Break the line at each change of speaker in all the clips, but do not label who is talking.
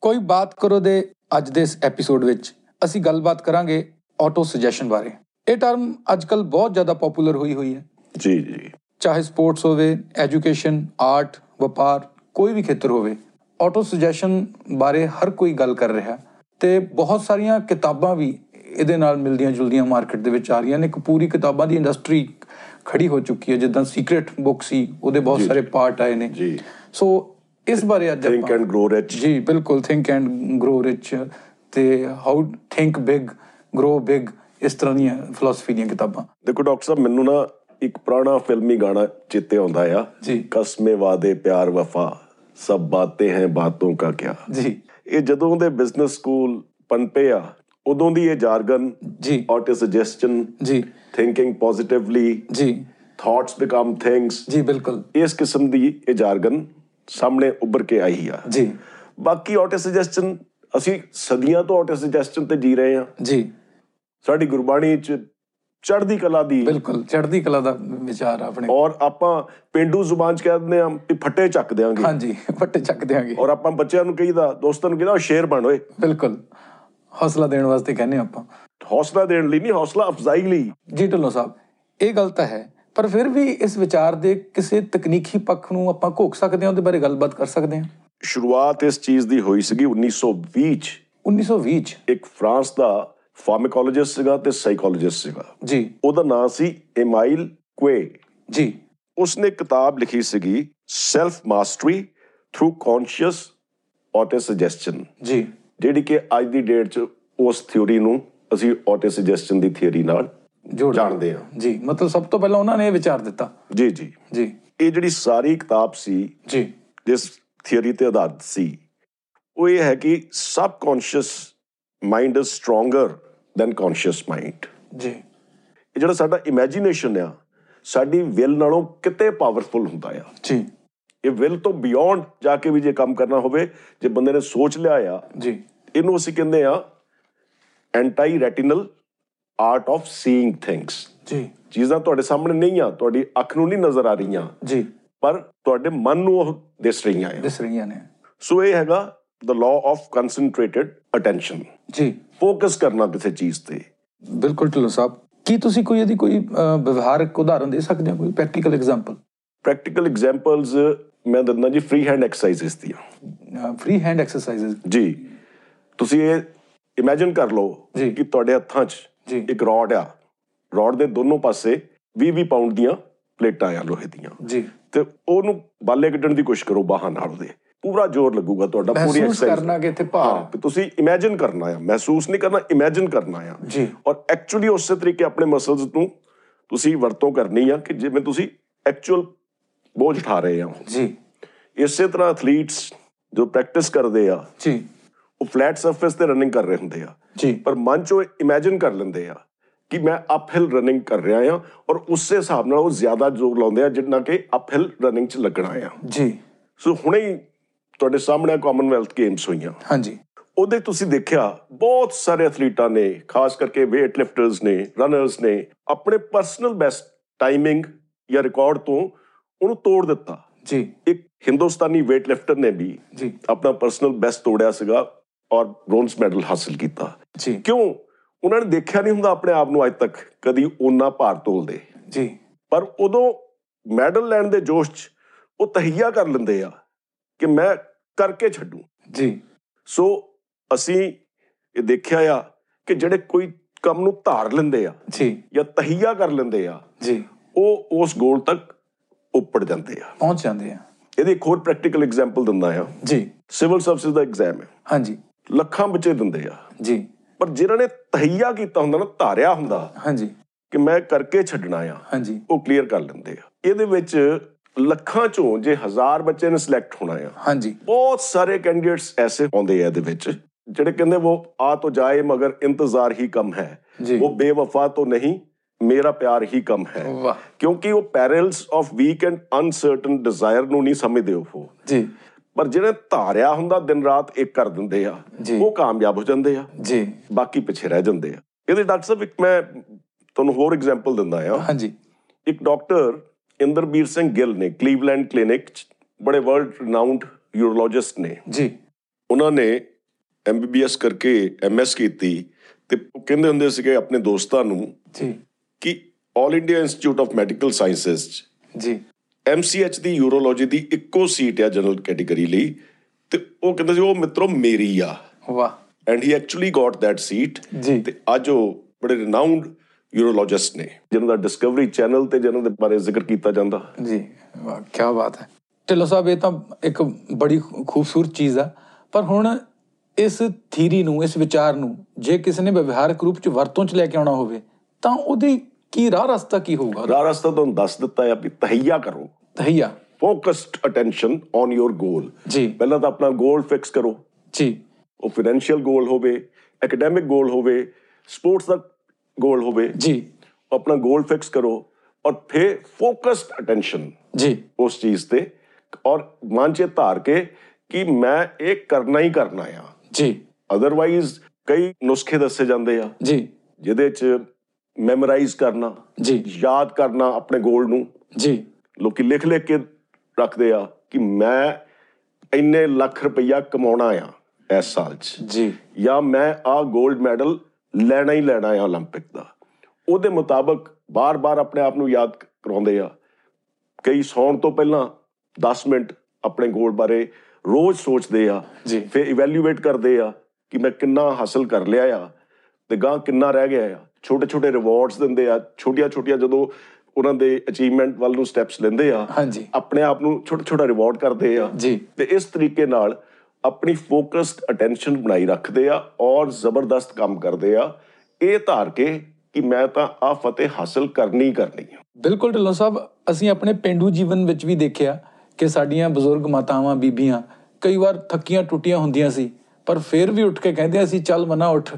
ਕੋਈ ਬਾਤ ਕਰੋ ਦੇ ਅੱਜ ਦੇ ਇਸ ਐਪੀਸੋਡ ਵਿੱਚ ਅਸੀਂ ਗੱਲਬਾਤ ਕਰਾਂਗੇ ਆਟੋ ਸੁਜੈਸ਼ਨ ਬਾਰੇ ਇਹ ਟਰਮ ਅੱਜਕੱਲ ਬਹੁਤ ਜ਼ਿਆਦਾ ਪਪੂਲਰ ਹੋਈ ਹੋਈ ਹੈ
ਜੀ ਜੀ
ਚਾਹੇ ਸਪੋਰਟਸ ਹੋਵੇ ਐਜੂਕੇਸ਼ਨ ਆਰਟ ਵਪਾਰ ਕੋਈ ਵੀ ਖੇਤਰ ਹੋਵੇ ਆਟੋ ਸੁਜੈਸ਼ਨ ਬਾਰੇ ਹਰ ਕੋਈ ਗੱਲ ਕਰ ਰਿਹਾ ਤੇ ਬਹੁਤ ਸਾਰੀਆਂ ਕਿਤਾਬਾਂ ਵੀ ਇਹਦੇ ਨਾਲ ਮਿਲਦੀਆਂ ਜੁਲਦੀਆਂ ਮਾਰਕੀਟ ਦੇ ਵਿੱਚ ਆ ਰਹੀਆਂ ਨੇ ਇੱਕ ਪੂਰੀ ਕਿਤਾਬਾਂ ਦੀ ਇੰਡਸਟਰੀ ਖੜੀ ਹੋ ਚੁੱਕੀ ਹੈ ਜਿੱਦਾਂ ਸੀਕ੍ਰੀਟ ਬੁੱਕ ਸੀ ਉਹਦੇ ਬਹੁਤ
ਜੀ।
ਸਾਰੇ ਪਾਰਟ ਆਏ ਨੇ
ਜੀ।
ਸੋ ਇਸ ਬਾਰੇ ਅੱਜ
ਥਿੰਕ
ਆਪਾਂ-
ਐਂਡ ਗਰੋ ਰਿਚ
ਜੀ ਬਿਲਕੁਲ ਥਿੰਕ ਐਂਡ ਗਰੋ ਰਿਚ ਤੇ how think big grow big ਇਸ ਤਰ੍ਹਾਂ ਦੀਆਂ ਫਿਲਾਸਫੀ ਦੀਆਂ ਕਿਤਾਬਾਂ
ਦੇਖੋ ਡਾਕਟਰ ਸਾਹਿਬ ਮੈਨੂੰ ਨਾ ਇੱਕ ਪੁਰਾਣਾ ਫਿਲਮੀ ਗਾਣਾ ਚੇਤੇ ਆਉਂਦਾ ਆ
ਜੀ।
ਕਸਮੇ ਵਾਦੇ ਪਿਆਰ ਵਫਾ ਸਭ ਬਾतें ਹੈ ਬਾਤੋਂ ਕਾ ਕਿਆ
ਜੀ
ਇਹ ਜਦੋਂ ਦੇ ਬਿਜ਼ਨਸ ਸਕੂਲ ਪਨਪੇ ਆ ਉਦੋਂ ਦੀ ਇਹ ਜਾਰਗਨ
ਜੀ
ਆਟੋ ਸੁਜੈਸ਼ਨ
ਜੀ
ਥਿੰਕਿੰਗ ਪੋਜ਼ਿਟਿਵਲੀ
ਜੀ
ਥਾਟਸ ਬਿਕਮ ਥਿੰਗਸ
ਜੀ ਬਿਲਕੁਲ
ਇਸ ਕਿਸਮ ਦੀ ਇਹ ਜਾਰਗਨ ਸਾਹਮਣੇ ਉੱਭਰ ਕੇ ਆਈ ਆ
ਜੀ
ਬਾਕੀ ਆਟੋ ਸੁਜੈਸ਼ਨ ਅਸੀਂ ਸਦੀਆਂ ਤੋਂ ਆਟੋ ਸੁਜੈਸ਼ਨ ਤੇ ਜੀ ਰਹੇ ਆ
ਜੀ
ਸਾਡੀ ਗੁਰਬਾਣੀ ਚ ਚੜ੍ਹਦੀ ਕਲਾ ਦੀ
ਬਿਲਕੁਲ ਚੜ੍ਹਦੀ ਕਲਾ ਦਾ ਵਿਚਾਰ ਆ ਆਪਣੇ
ਔਰ ਆਪਾਂ ਪਿੰਡੂ ਜ਼ੁਬਾਨ ਚ ਕਹਿ ਦਿੰਦੇ ਆ ਵੀ ਫੱਟੇ ਚੱਕ ਦਿਆਂਗੇ
ਹਾਂਜੀ ਫੱਟੇ ਚੱਕ ਦਿਆਂਗੇ
ਔਰ ਆਪਾਂ ਬੱਚਿਆਂ ਨੂੰ ਕਹੀਦਾ ਦੋਸਤਾਂ ਨੂੰ ਕਹੀਦਾ ਸ਼ੇਰ ਬਣ ਓਏ
ਬਿਲਕੁਲ ਹੌਸਲਾ ਦੇਣ ਵਾਸਤੇ ਕਹਿੰਦੇ ਆਪਾਂ
ਹੌਸਲਾ ਦੇਣ ਲਈ ਨਹੀਂ ਹੌਸਲਾ ਅਫਜ਼ਾਈ ਲਈ
ਜੀ ਢਿੱਲੋਂ ਸਾਹਿਬ ਇਹ ਗੱਲ ਤਾਂ ਹੈ ਪਰ ਫਿਰ ਵੀ ਇਸ ਵਿਚਾਰ ਦੇ ਕਿਸੇ ਤਕਨੀਕੀ ਪੱਖ ਨੂੰ ਆਪਾਂ ਘੋਖ ਸਕਦੇ ਹਾਂ ਉਹਦੇ ਬਾਰੇ ਗੱਲਬਾਤ ਕਰ ਸਕਦੇ ਹਾਂ
ਸ਼ੁਰੂਆਤ ਇਸ ਚੀਜ਼ ਦੀ ਹੋਈ ਸੀਗੀ 1920 ਚ
1920 ਚ
ਇੱਕ ਫਰਾਂਸ ਦਾ ਫਾਰਮਾਕੋਲੋਜਿਸਟ ਸੀਗਾ ਤੇ ਸਾਈਕੋਲੋਜਿਸਟ ਸੀਗਾ
ਜੀ
ਉਹਦਾ ਨਾਮ ਸੀ ਇਮਾਈਲ ਕੁਏ
ਜੀ
ਉਸਨੇ ਇੱਕ ਕਿਤਾਬ ਲਿਖੀ ਸੀਗੀ self mastery through conscious auto suggestion
ਜੀ
ਜਿਹੜੀ ਕਿ ਅੱਜ ਦੀ ਡੇਟ 'ਚ ਉਸ ਥਿਊਰੀ ਨੂੰ ਅਸੀਂ ਆਟੋ ਸੁਜੈਸ਼ਨ ਦੀ ਥਿਊਰੀ ਨਾਲ
ਜੋੜ
ਜਾਣਦੇ ਹਾਂ
ਜੀ ਮਤਲਬ ਸਭ ਤੋਂ ਪਹਿਲਾਂ ਉਹਨਾਂ ਨੇ ਇਹ ਵਿਚਾਰ ਦਿੱਤਾ
ਜੀ ਜੀ
ਜੀ
ਇਹ ਜਿਹੜੀ ਸਾਰੀ ਕਿਤਾਬ ਸੀ
ਜੀ
ਜਿਸ ਥਿਊਰੀ ਤੇ ਆਧਾਰਿਤ ਸੀ ਉਹ ਇਹ ਹੈ ਕਿ subconscious mind is stronger than conscious mind
ਜੀ
ਇਹ ਜਿਹੜਾ ਸਾਡਾ ਇਮੇਜਿਨੇਸ਼ਨ ਆ ਸਾਡੀ ਵਿਲ ਨਾਲੋਂ ਕਿਤੇ ਪਾਵਰਫੁਲ ਹੁੰਦਾ ਆ
ਜੀ
ਇਹ ਵਿਲ ਤੋਂ ਬਿਯੋਂਡ ਜਾ ਕੇ ਵੀ ਜੇ ਕੰਮ ਕਰਨਾ ਹੋਵੇ ਜੇ ਬੰਦੇ ਨੇ ਸੋਚ ਲਿਆ ਆ
ਜੀ
ਇਹਨੂੰ ਅਸੀਂ ਕਹਿੰਦੇ ਆ anti retinal art of seeing things
ਜੀ
ਚੀਜ਼ਾਂ ਤੁਹਾਡੇ ਸਾਹਮਣੇ ਨਹੀਂ ਆ ਤੁਹਾਡੀ ਅੱਖ ਨੂੰ ਨਹੀਂ ਨਜ਼ਰ ਆ ਰਹੀਆਂ
ਜੀ
ਪਰ ਤੁਹਾਡੇ ਮਨ ਨੂੰ ਉਹ ਦਿਸ ਰਹੀਆਂ ਆ
ਦਿਸ ਰਹੀਆਂ ਨੇ
ਸੋ ਇਹ ਹੈਗਾ the law of concentrated attention
ਜੀ
ਫੋਕਸ ਕਰਨਾ ਕਿਸੇ ਚੀਜ਼ ਤੇ
ਬਿਲਕੁਲ ਢਿੱਲੋਂ ਸਾਹਿਬ ਕੀ ਤੁਸੀਂ ਕੋਈ ਇਹਦੀ ਕੋਈ ਅਹ, ਵਿਵਹਾਰਕ ਉਦਾਹਰਨ ਦੇ ਸਕਦੇ ਹੋ ਕੋਈ ਪ੍ਰੈਕਟੀਕਲ ਐਗਜ਼ਾਮਪਲ
ਪ੍ਰੈਕਟੀਕਲ ਐਗਜ਼ਾਮਪਲਸ ਮੈਂ ਦਿੰਦਾ ਜੀ ਫ੍ਰੀ ਹੈਂਡ ਐਕਸਰਸਾਈਜ਼ਸ ਦੀਆਂ
ਫ੍ਰੀ ਹੈਂਡ ਐਕਸਰਸਾਈਜ਼
ਜੀ ਤੁਸੀਂ ਇਹ ਇਮੇਜਿਨ ਕਰ ਲਓ
ਜੀ।
ਕਿ ਤੁਹਾਡੇ ਹੱਥਾਂ 'ਚ
ਜੀ।
ਇੱਕ ਰੋਡ ਆ ਰੋਡ ਦੇ ਦੋਨੋਂ ਪਾਸੇ 20-20 ਪਾਉਂਡ ਦੀਆਂ ਪਲੇਟਾਂ ਆ ਲੋਹੇ ਦੀਆਂ
ਜੀ
ਤੇ ਉਹਨੂੰ ਬਾਲੇ ਕੱਢਣ ਦੀ ਕੋਸ਼ਿਸ਼ ਕਰੋ ਬਾਹਾਂ ਨਾਲ ਉਹਦੇ ਪੂਰਾ ਜ਼ੋਰ ਲੱਗੂਗਾ ਤੁਹਾਡਾ ਪੂਰੀ
ਮਹਿਸੂਸ
ਐਕਸਰਸਾਈਜ਼
ਕਰਨਾ ਕਿ ਇੱਥੇ ਭਾਰ ਹੈ।
ਤੁਸੀਂ ਇਮੇਜਿਨ ਕਰਨਾ ਆ ਮਹਿਸੂਸ ਨਹੀਂ ਕਰਨਾ ਇਮੇਜਿਨ ਕਰਨਾ ਆ
ਜੀ।
ਔਰ ਐਕਚੁਅਲੀ ਉਸੇ ਤਰੀਕੇ ਆਪਣੇ ਮਸਲਸ ਨੂੰ ਤੁਸੀਂ ਵਰਤੋਂ ਕਰਨੀ ਆ ਕਿ ਜਿਵੇਂ ਤੁਸੀਂ ਐਕਚੁਅਲ ਬੋਝ ਉਠਾ ਰਹੇ ਆ
ਜੀ
ਇਸੇ ਤਰ੍ਹਾਂ ਐਥਲੀਟਸ ਜੋ ਪ੍ਰੈਕਟਿਸ ਕਰਦੇ ਆ
ਜੀ
ਉਹ ਫਲੈਟ ਸਰਫੇਸ ਤੇ ਰਨਿੰਗ ਕਰ ਰਹੇ ਹੁੰਦੇ ਆ
ਜੀ
ਪਰ ਮਨ 'ਚ ਉਹ ਇਮੇਜਿਨ ਕਰ ਲੈਂਦੇ ਆ ਕਿ ਮੈਂ ਅਪਹਿਲ ਰਨਿੰਗ ਕਰ ਰਿਹਾ ਆ ਔਰ ਉਸੇ ਹਿਸਾਬ ਨਾਲ ਉਹ ਜ਼ਿਆਦਾ ਜ਼ੋਰ ਲਾਉਂਦੇ ਆ ਜਿੰਨਾ ਕਿ ਅਪਹਿਲ ਰਨਿੰਗ 'ਚ ਲੱਗਣਾ ਆ
ਜੀ
ਸੋ ਹੁਣੇ ਹੀ ਤੁਹਾਡੇ ਸਾਹਮਣੇ ਕਾਮਨਵੈਲਥ ਗੇਮਸ ਹੋਈਆਂ
ਹਾਂਜੀ
ਉਹਦੇ ਤੁਸੀਂ ਦੇਖਿਆ ਬਹੁਤ ਸਾਰੇ ਐਥਲੀਟਾਂ ਨੇ ਖਾਸ ਕਰਕੇ weight ਲਿਫਟਰਸ ਨੇ ਰਨਰਸ ਨੇ ਆਪਣੇ ਪਰਸਨਲ ਬੈਸਟ ਟਾਈਮਿੰਗ ਜਾਂ ਰਿਕਾਰਡ ਤੋਂ ਉਹਨੂੰ ਤੋੜ ਦਿੱਤਾ
ਜੀ
ਇੱਕ ਹਿੰਦੁਸਤਾਨੀ weight ਲਿਫਟਰ ਨੇ ਵੀ
ਜੀ
ਆਪਣਾ ਪਰਸਨਲ ਬੈਸਟ ਤੋੜਿਆ ਸੀਗਾ ਔਰ ਬ੍ਰੌਂਜ਼ ਮੈਡਲ ਹਾਸਲ ਕੀਤਾ
ਜੀ
ਕਿਉਂ ਉਹਨਾਂ ਨੇ ਦੇਖਿਆ ਨਹੀਂ ਹੁੰਦਾ ਆਪਣੇ ਆਪ ਨੂੰ ਅੱਜ ਤੱਕ ਕਦੀ ਉਹਨਾਂ ਭਾਰ ਤੋਲਦੇ
ਜੀ
ਪਰ ਉਦੋਂ ਮੈਡਲ ਲੈਣ ਦੇ ਜੋਸ਼ 'ਚ ਉਹ ਤਹੀਆ ਕਰ ਲੈਂਦੇ ਆ ਕਿ ਮੈਂ ਕਰਕੇ ਛੱਡੂ
ਜੀ
ਸੋ ਅਸੀਂ ਇਹ ਦੇਖਿਆ ਆ ਕਿ ਜਿਹੜੇ ਕੋਈ ਕੰਮ ਨੂੰ ਧਾਰ ਲੈਂਦੇ ਆ
ਜੀ
ਜਾਂ ਤਹੀਆ ਕਰ ਲੈਂਦੇ ਆ
ਜੀ
ਉਹ ਉਸ ਗੋਲ ਤੱਕ ਉੱਪੜ ਜਾਂਦੇ ਆ
ਪਹੁੰਚ ਜਾਂਦੇ ਆ
ਇਹਦੀ ਇੱਕ ਹੋਰ ਪ੍ਰੈਕਟੀਕਲ ਐਗਜ਼ਾਮਪਲ ਦਿੰਦਾ ਆ
ਜੀ
ਸਿਵਲ ਸਰਵਿਸ ਦਾ ਐਗਜ਼ਾਮ ਹੈ
ਹਾਂਜੀ
ਲੱਖਾਂ ਬੱਚੇ ਦਿੰਦੇ ਆ
ਜੀ
ਪਰ ਜਿਨ੍ਹਾਂ ਨੇ ਤਹੀਆ ਕੀਤਾ ਹੁੰਦਾ ਨਾ ਧਾਰਿਆ ਹੁੰਦਾ
ਹਾਂਜੀ
ਕਿ ਮੈਂ ਕਰਕੇ ਛੱਡਣਾ ਆ
ਹਾਂਜੀ
ਉਹ ਕਲੀਅਰ ਕਰ ਲੈਂਦੇ ਆ ਇਹਦੇ ਵਿੱਚ ਲੱਖਾਂ ਚੋਂ ਜੇ ਹਜ਼ਾਰ ਬੱਚੇ ਨੇ ਸਿਲੈਕਟ ਹੋਣਾ ਆ
ਹਾਂਜੀ
ਬਹੁਤ ਸਾਰੇ ਕੈਂਡੀਡੇਟਸ ਐਸੇ ਹੁੰਦੇ ਆ ਇਹਦੇ ਵਿੱਚ ਜਿਹੜੇ ਕਹਿੰਦੇ ਉਹ ਆ ਤੋ ਜਾਏ ਮਗਰ ਇੰਤਜ਼ਾਰ ਹੀ ਕਮ ਹੈ
ਜੀ
ਉਹ ਬੇਵਫਾ ਤੋਂ ਨਹੀਂ ਮੇਰਾ ਪਿਆਰ ਹੀ ਕਮ ਹੈ
ਵਾਹ
ਕਿਉਂਕਿ ਉਹ perils of weak and uncertain desire ਨੂੰ ਨਹੀਂ ਸਮਝਦੇ ਉਹ
ਜੀ
ਪਰ ਜਿਹੜੇ ਧਾਰਿਆ ਹੁੰਦਾ ਦਿਨ ਰਾਤ ਇੱਕ ਕਰ ਦਿੰਦੇ ਆ
ਜੀ।
ਉਹ ਕਾਮਯਾਬ ਹੋ ਜਾਂਦੇ ਆ
ਜੀ
ਬਾਕੀ ਪਿੱਛੇ ਰਹਿ ਜਾਂਦੇ ਆ ਇਹਦੇ ਡਾਕਟਰ ਸਾਹਿਬ ਇੱਕ ਮੈਂ ਤੁਹਾਨੂੰ ਹੋਰ ਐਗਜ਼ਾਮਪਲ ਦਿੰਦਾ ਆ
ਹਾਂਜੀ
ਇੱਕ ਡਾਕਟਰ ਇੰਦਰਬੀਰ ਸਿੰਘ ਗਿੱਲ ਨੇ ਕਲੀਵਲੈਂਡ ਕਲੀਨਿਕ ਚ ਬੜੇ ਵਰਲਡ ਰਿਨਾਊਂਡ ਯੂਰੋਲੋਜਿਸਟ ਨੇ
ਜੀ
ਉਹਨਾਂ ਨੇ ਐਮਬੀਬੀਐਸ ਕਰਕੇ ਐਮਐਸ ਕੀਤੀ ਤੇ ਉਹ ਕਹਿੰਦੇ ਹੁੰਦੇ ਸੀਗੇ ਆਪਣੇ ਦੋਸਤਾਂ ਨੂੰ
ਜੀ
ਕਿ 올 India institute of medical sciences 'ਚ
ਜੀ
ਐਮਸੀਐਚ ਦੀ ਯੂਰੋਲੋਜੀ ਦੀ ਇੱਕੋ ਸੀਟ ਆ ਜਨਰਲ ਕੈਟਾਗਰੀ ਲਈ ਤੇ ਉਹ ਕਹਿੰਦਾ ਸੀ ਉਹ ਮਿੱਤਰੋ ਮੇਰੀ ਆ
ਵਾਹ
and he actually got that seat
ਜੀ।
ਤੇ ਅੱਜ ਉਹ ਬੜੇ ਰਿਨਾਊਂਡ ਯੂਰੋਲੋਜਿਸਟ ਨੇ ਜਿਨ੍ਹਾਂ ਦਾ ਡਿਸਕਵਰੀ ਚੈਨਲ ਤੇ ਜਿਨ੍ਹਾਂ ਦੇ ਬਾਰੇ ਜ਼ਿਕਰ ਕੀਤਾ ਜਾਂਦਾ
ਜੀ ਵਾਹ ਕੀ ਬਾਤ ਹੈ ਢਿੱਲੋਂ ਸਾਹਿਬ ਇਹ ਤਾਂ ਇੱਕ ਬੜੀ ਖੂ- ਖੂਬਸੂਰਤ ਚੀਜ਼ ਆ ਪਰ ਹੁਣ ਇਸ ਥੀਰੀ ਨੂੰ ਇਸ ਵਿਚਾਰ ਨੂੰ ਜੇ ਕਿਸੇ ਨੇ ਵਿਵਹਾਰਕ ਰੂਪ ਚ ਵਰਤੋਂ ਚ ਲੈ ਕੇ ਆਉਣਾ ਹੋਵੇ ਤਾਂ ਉਹਦੀ ਕੀ ਰਾਹ ਰਸਤਾ ਕੀ ਹੋਊਗਾ
ਰਾਹ ਰਸਤਾ ਤੁਹਾਨੂੰ ਦੱਸ ਦਿੱਤਾ ਹੈ ਵੀ ਤਹਈਆ ਕਰੋ
ਧਈਆ
focused attention on your goal
ਜੀ
ਪਹਿਲਾਂ ਤਾਂ ਆਪਣਾ ਗੋਲ ਫਿਕਸ ਕਰੋ
ਜੀ
ਉਹ ਫਾਈਨੈਂਸ਼ੀਅਲ ਗੋਲ ਹੋਵੇ ਐਕੈਡੈਮਿਕ ਗੋਲ ਹੋਵੇ ਸਪੋਰਟਸ ਦਾ ਗੋਲ ਹੋਵੇ
ਜੀ
ਆਪਣਾ ਗੋਲ ਫਿਕਸ ਕਰੋ ਔਰ ਫਿਰ ਫੋਕਸਡ ਅਟੈਂਸ਼ਨ
ਜੀ
ਉਸ ਚੀਜ਼ ਤੇ ਔਰ ਮਨ 'ਚ ਇਹ ਧਾਰ ਕੇ ਕਿ ਮੈਂ ਇਹ ਕਰਨਾ ਹੀ ਕਰਨਾ ਆ
ਜੀ
ਅਦਰਵਾਈਜ਼ ਕਈ ਨੁਸਖੇ ਦੱਸੇ ਜਾਂਦੇ ਆ
ਜੀ
ਜਿਹਦੇ 'ਚ ਮੈਮੋਰਾਈਜ਼ ਕਰਨਾ
ਜੀ
ਯਾਦ ਕਰਨਾ ਆਪਣੇ ਗੋਲ ਨੂੰ
ਜੀ
ਲੋਕੀ ਲਿਖ ਲਿਖ ਕੇ ਰੱਖਦੇ ਆ ਕਿ ਮੈਂ ਇੰਨੇ ਲੱਖ ਰੁਪਈਆ ਕਮਾਉਣਾ ਆ ਇਸ ਸਾਲ 'ਚ
ਜੀ
ਜਾਂ ਮੈਂ ਆ 골ਡ ਮੈਡਲ ਲੈਣਾ ਹੀ ਲੈਣਾ ਹੈ 올림픽 ਦਾ ਉਹਦੇ ਮੁਤਾਬਕ ਬਾਰ-ਬਾਰ ਆਪਣੇ ਆਪ ਨੂੰ ਯਾਦ ਕਰਾਉਂਦੇ ਆ ਕਈ ਸੌਣ ਤੋਂ ਪਹਿਲਾਂ 10 ਮਿੰਟ ਆਪਣੇ ਗੋਲ ਬਾਰੇ ਰੋਜ਼ ਸੋਚਦੇ ਆ
ਜੀ।
ਫਿਰ ਇਵੈਲੂਏਟ ਕਰਦੇ ਆ ਕਿ ਮੈਂ ਕਿੰਨਾ ਹਾਸਲ ਕਰ ਲਿਆ ਆ ਤੇ ਗਾਂ ਕਿੰਨਾ ਰਹਿ ਗਿਆ ਆ ਛੋਟੇ-ਛੋਟੇ ਰਿਵਾਰਡਸ ਦਿੰਦੇ ਆ ਛੋਟੀਆਂ-ਛੋਟੀਆਂ ਜਦੋਂ ਉਹਨਾਂ ਦੇ ਅਚੀਵਮੈਂਟ ਵੱਲ ਨੂੰ ਸਟੈਪਸ ਲੈਂਦੇ ਆ
ਹਾਂਜੀ
ਆਪਣੇ ਆਪ ਨੂੰ ਛੋਟਾ-ਛੋਟਾ ਰਿਵਾਰਡ ਕਰਦੇ ਆ
ਜੀ
ਤੇ ਇਸ ਤਰੀਕੇ ਨਾਲ ਆਪਣੀ ਫੋਕਸਡ ਅਟੈਂਸ਼ਨ ਬਣਾਈ ਰੱਖਦੇ ਆ ਔਰ ਜ਼ਬਰਦਸਤ ਕੰਮ ਕਰਦੇ ਆ ਇਹ ਧਾਰ ਕੇ ਕਿ ਮੈਂ ਤਾਂ ਆ ਫਤਿਹ ਹਾਸਲ ਕਰਨੀ ਹੀ ਕਰਨੀ ਆ
ਬਿਲਕੁਲ ਢਿੱਲੋਂ ਸਾਹਿਬ ਅਸੀਂ ਆਪਣੇ ਪਿੰਡੂ ਜੀਵਨ ਵਿੱਚ ਵੀ ਦੇਖਿਆ ਕਿ ਸਾਡੀਆਂ ਬਜ਼ੁਰਗ ਮਾਤਾਵਾਂ ਬੀਬੀਆਂ ਕਈ ਵਾਰ ਥੱਕੀਆਂ ਟੁੱਟੀਆਂ ਹੁੰਦੀਆਂ ਸੀ ਪਰ ਫਿਰ ਵੀ ਉੱਠ ਕੇ ਕਹਿੰਦੀਆਂ ਸੀ ਚੱਲ ਮਨਾ ਉੱਠ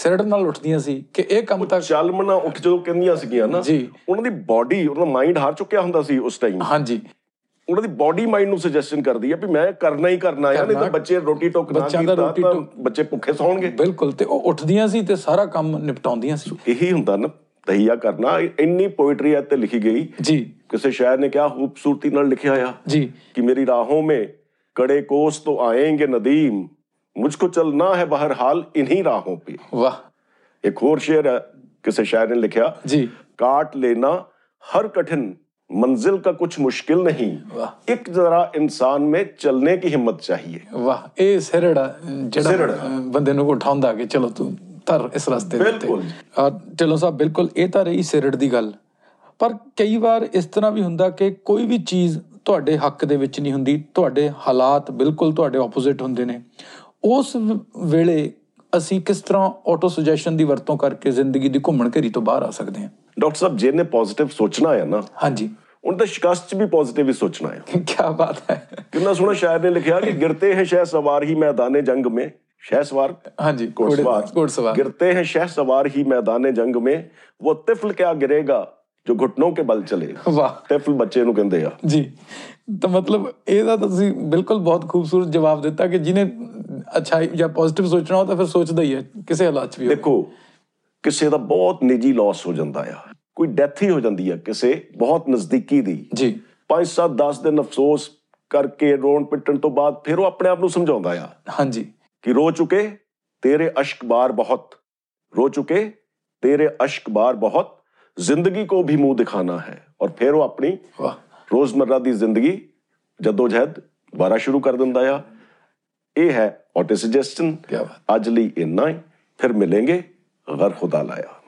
ਸਿਰੜ ਨਾਲ ਉੱਠਦੀਆਂ ਸੀ ਕਿ ਇਹ ਕੰਮ ਤਾਂ
ਚੱਲ ਮਨਾ ਉੱਠ ਜਦੋਂ ਕਹਿੰਦੀਆਂ ਸੀਗੀਆਂ ਨਾ
ਜੀ।
ਉਹਨਾਂ ਦੀ ਬਾਡੀ ਉਹਨਾਂ ਦਾ ਮਾਈਂਡ ਹਾਰ ਚੁੱਕਿਆ ਹੁੰਦਾ ਸੀ ਉਸ ਟਾਈਮ
ਹਾਂਜੀ
ਉਹਨਾਂ ਦੀ ਬਾਡੀ ਮਾਈਂਡ ਨੂੰ ਸੁਜੈਸ਼ਨ ਕਰਦੀ ਆ ਵੀ ਮੈਂ ਕਰਨਾ ਹੀ ਕਰਨਾ ਆ ਨਹੀਂ
ਕਰਨਾ।
ਤਾਂ ਬੱਚੇ ਰੋਟੀ ਟੋਕ ਨਾ
ਬੱਚਿਆਂ ਦਾ
ਕੀਤਾ
ਰੋਟੀ
ਤਾਂ
ਟੋਕ-
ਬੱਚੇ ਭੁੱਖੇ ਸੌਣਗੇ
ਬਿਲਕੁਲ ਤੇ ਉਹ ਉੱਠਦੀਆਂ ਸੀ ਤੇ ਸਾਰਾ ਕੰਮ ਨਿਪਟਾਉਂਦੀਆਂ ਸੀ
ਇਹੀ ਹੁੰਦਾ ਨਾ ਤਹੀਆ ਕਰਨਾ ਇੰਨੀ ਪੋਇਟਰੀ ਤੇ ਲਿਖੀ ਗਈ
ਜੀ
ਕਿਸੇ ਸ਼ਾਇਰ ਨੇ ਕਿਹਾ ਖੂਬਸੂਰਤੀ ਨਾਲ ਲਿਖਿਆ ਆ
ਜੀ
कि मेरी राहों में कड़े कोस तो आएंगे नदीम मुझको चलना है बहरहाल इन्हीं राहों पे
ਵਾਹ
एक और शेर है किसी शायर ने लिखा
जी।
काट लेना हर कठिन मंजिल का कुछ मुश्किल नहीं
वाह।
एक जरा इंसान में चलने की हिम्मत चाहिए
ਵਾਹ ਇਹ ਸਿਰੜ ਆ, ਜਿਹੜਾ
ਸਿਰੜ ਆ।
ਅ, ਬੰਦੇ ਨੂੰ ਉਠਾਉਂਦਾ ਕਿ ਚਲੋ ਤੂੰ ਤਰ ਇਸ ਰਸਤੇ ਦੇ ਉੱਤੇ
ਬਿਲਕੁਲ।
ਆ ਢਿੱਲੋਂ ਸਾਹਿਬ ਬਿਲਕੁਲ ਇਹ ਤਾਂ ਰਹੀ ਸਿਰੜ ਦੀ ਗੱਲ ਪਰ ਕਈ ਵਾਰ ਇਸ ਤਰ੍ਹਾਂ ਵੀ ਹੁੰਦਾ ਕਿ ਕੋਈ ਵੀ ਚੀਜ਼ ਤੁਹਾਡੇ ਹੱਕ ਦੇ ਵਿੱਚ ਨਹੀਂ ਹੁੰਦੀ ਤੁਹਾਡੇ ਹਾਲਾਤ ਬਿਲਕੁਲ ਤੁਹਾਡੇ ਆਪੋਜ਼ਿਟ ਹੁੰਦੇ ਨੇ ਉਸ ਵ- ਵੇਲੇ ਅਸੀਂ ਕਿਸ ਤਰ੍ਹਾਂ ਆਟੋ ਸੁਜੈਸ਼ਨ ਦੀ ਵਰਤੋਂ ਕਰਕੇ ਜ਼ਿੰਦਗੀ ਦੀ ਘੁੰਮਣ ਘੇਰੀ ਤੋਂ ਬਾਹਰ ਆ ਸਕਦੇ ਹਾਂ
डॉक्टर साहब जिन्हें पॉजिटिव सोचना है ना
ਹਾਂਜੀ
उनका शिकस्त भी पॉजिटिव ही सोचना है
ਕੀ ਬਾਤ ਹੈ
कितना सोना शायर ने लिखा कि गिरते हैं शह सवार ही मैदान जंग में शह सवार
ਹਾਂਜੀ
घुड़सवार
ਕੋੜਸਵਾਰ
गिरते हैं शह सवार ही मैदान जंग में वो तिफल क्या गिरेगा जो घुटनों के बल चलेगा
ਵਾਹ
ਤਿਫਲ ਬੱਚੇ ਨੂੰ ਕਹਿੰਦੇ ਆ
ਜੀ ਤਾਂ ਮਤਲਬ ਇਹਦਾ ਤਾਂ ਤੁਸੀਂ ਬਿਲਕੁਲ ਬਹੁਤ ਖੂਬਸੂਰਤ ਜਵਾਬ ਦਿੱਤਾ ਕਿ ਜਿਹਨੇ ਅੱਛਾ ਜਾਂ ਪੋਜ਼ਿਟਿਵ ਸੋਚਣਾ ਹੋ ਤਾਂ ਫਿਰ ਸੋਚਦਾ ਹੀ ਹੈ ਕਿਸੇ ਹਾਲਾਤ 'ਚ ਵੀ ਹੋਵੇ।
ਦੇਖੋ ਕਿਸੇ ਦਾ ਬਹੁਤ ਨਿੱਜੀ ਲਾਸ ਹੋ ਜਾਂਦਾ ਆ ਕੋਈ ਡੈਥ ਹੀ ਹੋ ਜਾਂਦੀ ਆ ਕਿਸੇ ਬਹੁਤ ਨਜ਼ਦੀਕੀ ਦੀ
ਜੀ
5-7 10 ਦਿਨ ਅਫਸੋਸ ਕਰਕੇ ਰੋਣ ਪਿੱਟਣ ਤੋਂ ਬਾਅਦ ਫਿਰ ਉਹ ਆਪਣੇ ਆਪ ਨੂੰ ਸਮਝਾਉਂਦਾ ਆ
ਹਾਂਜੀ
ਕਿ ਰੋ ਚੁਕੇ ਤੇਰੇ ਅਸ਼ਕ ਬਾਰ ਬਹੁਤ ਰੋ ਚੁਕੇ ਤੇਰੇ ਅਸ਼ਕ ਬਾਰ ਬਹੁਤ ਜ਼ਿੰਦਗੀ ਕੋ ਵੀ ਮੂੰਹ ਦਿਖਾਣਾ ਹੈ ਔਰ ਫਿਰ ਉਹ ਆਪਣੀ
ਵਾਹ
ਰੋਜ਼ਮਰਰਾ ਦੀ ਜ਼ਿੰਦਗੀ ਜਦੋਜਹਿਦ ਦੁਬਾਰਾ ਸ਼ੁਰੂ ਕਰ ਦਿੰਦਾ ਆ ਇਹ ਹੈ ਆਟੋ ਸੁਜੈਸਟਨ
ਕੀ ਬਾਤ
ਅੱਜ ਲਈ ਇੰਨਾ ਹੀ ਫਿਰ ਮਿਲਾਂਗੇ ਗਰ ਖੁਦਾ ਲਾਇਆ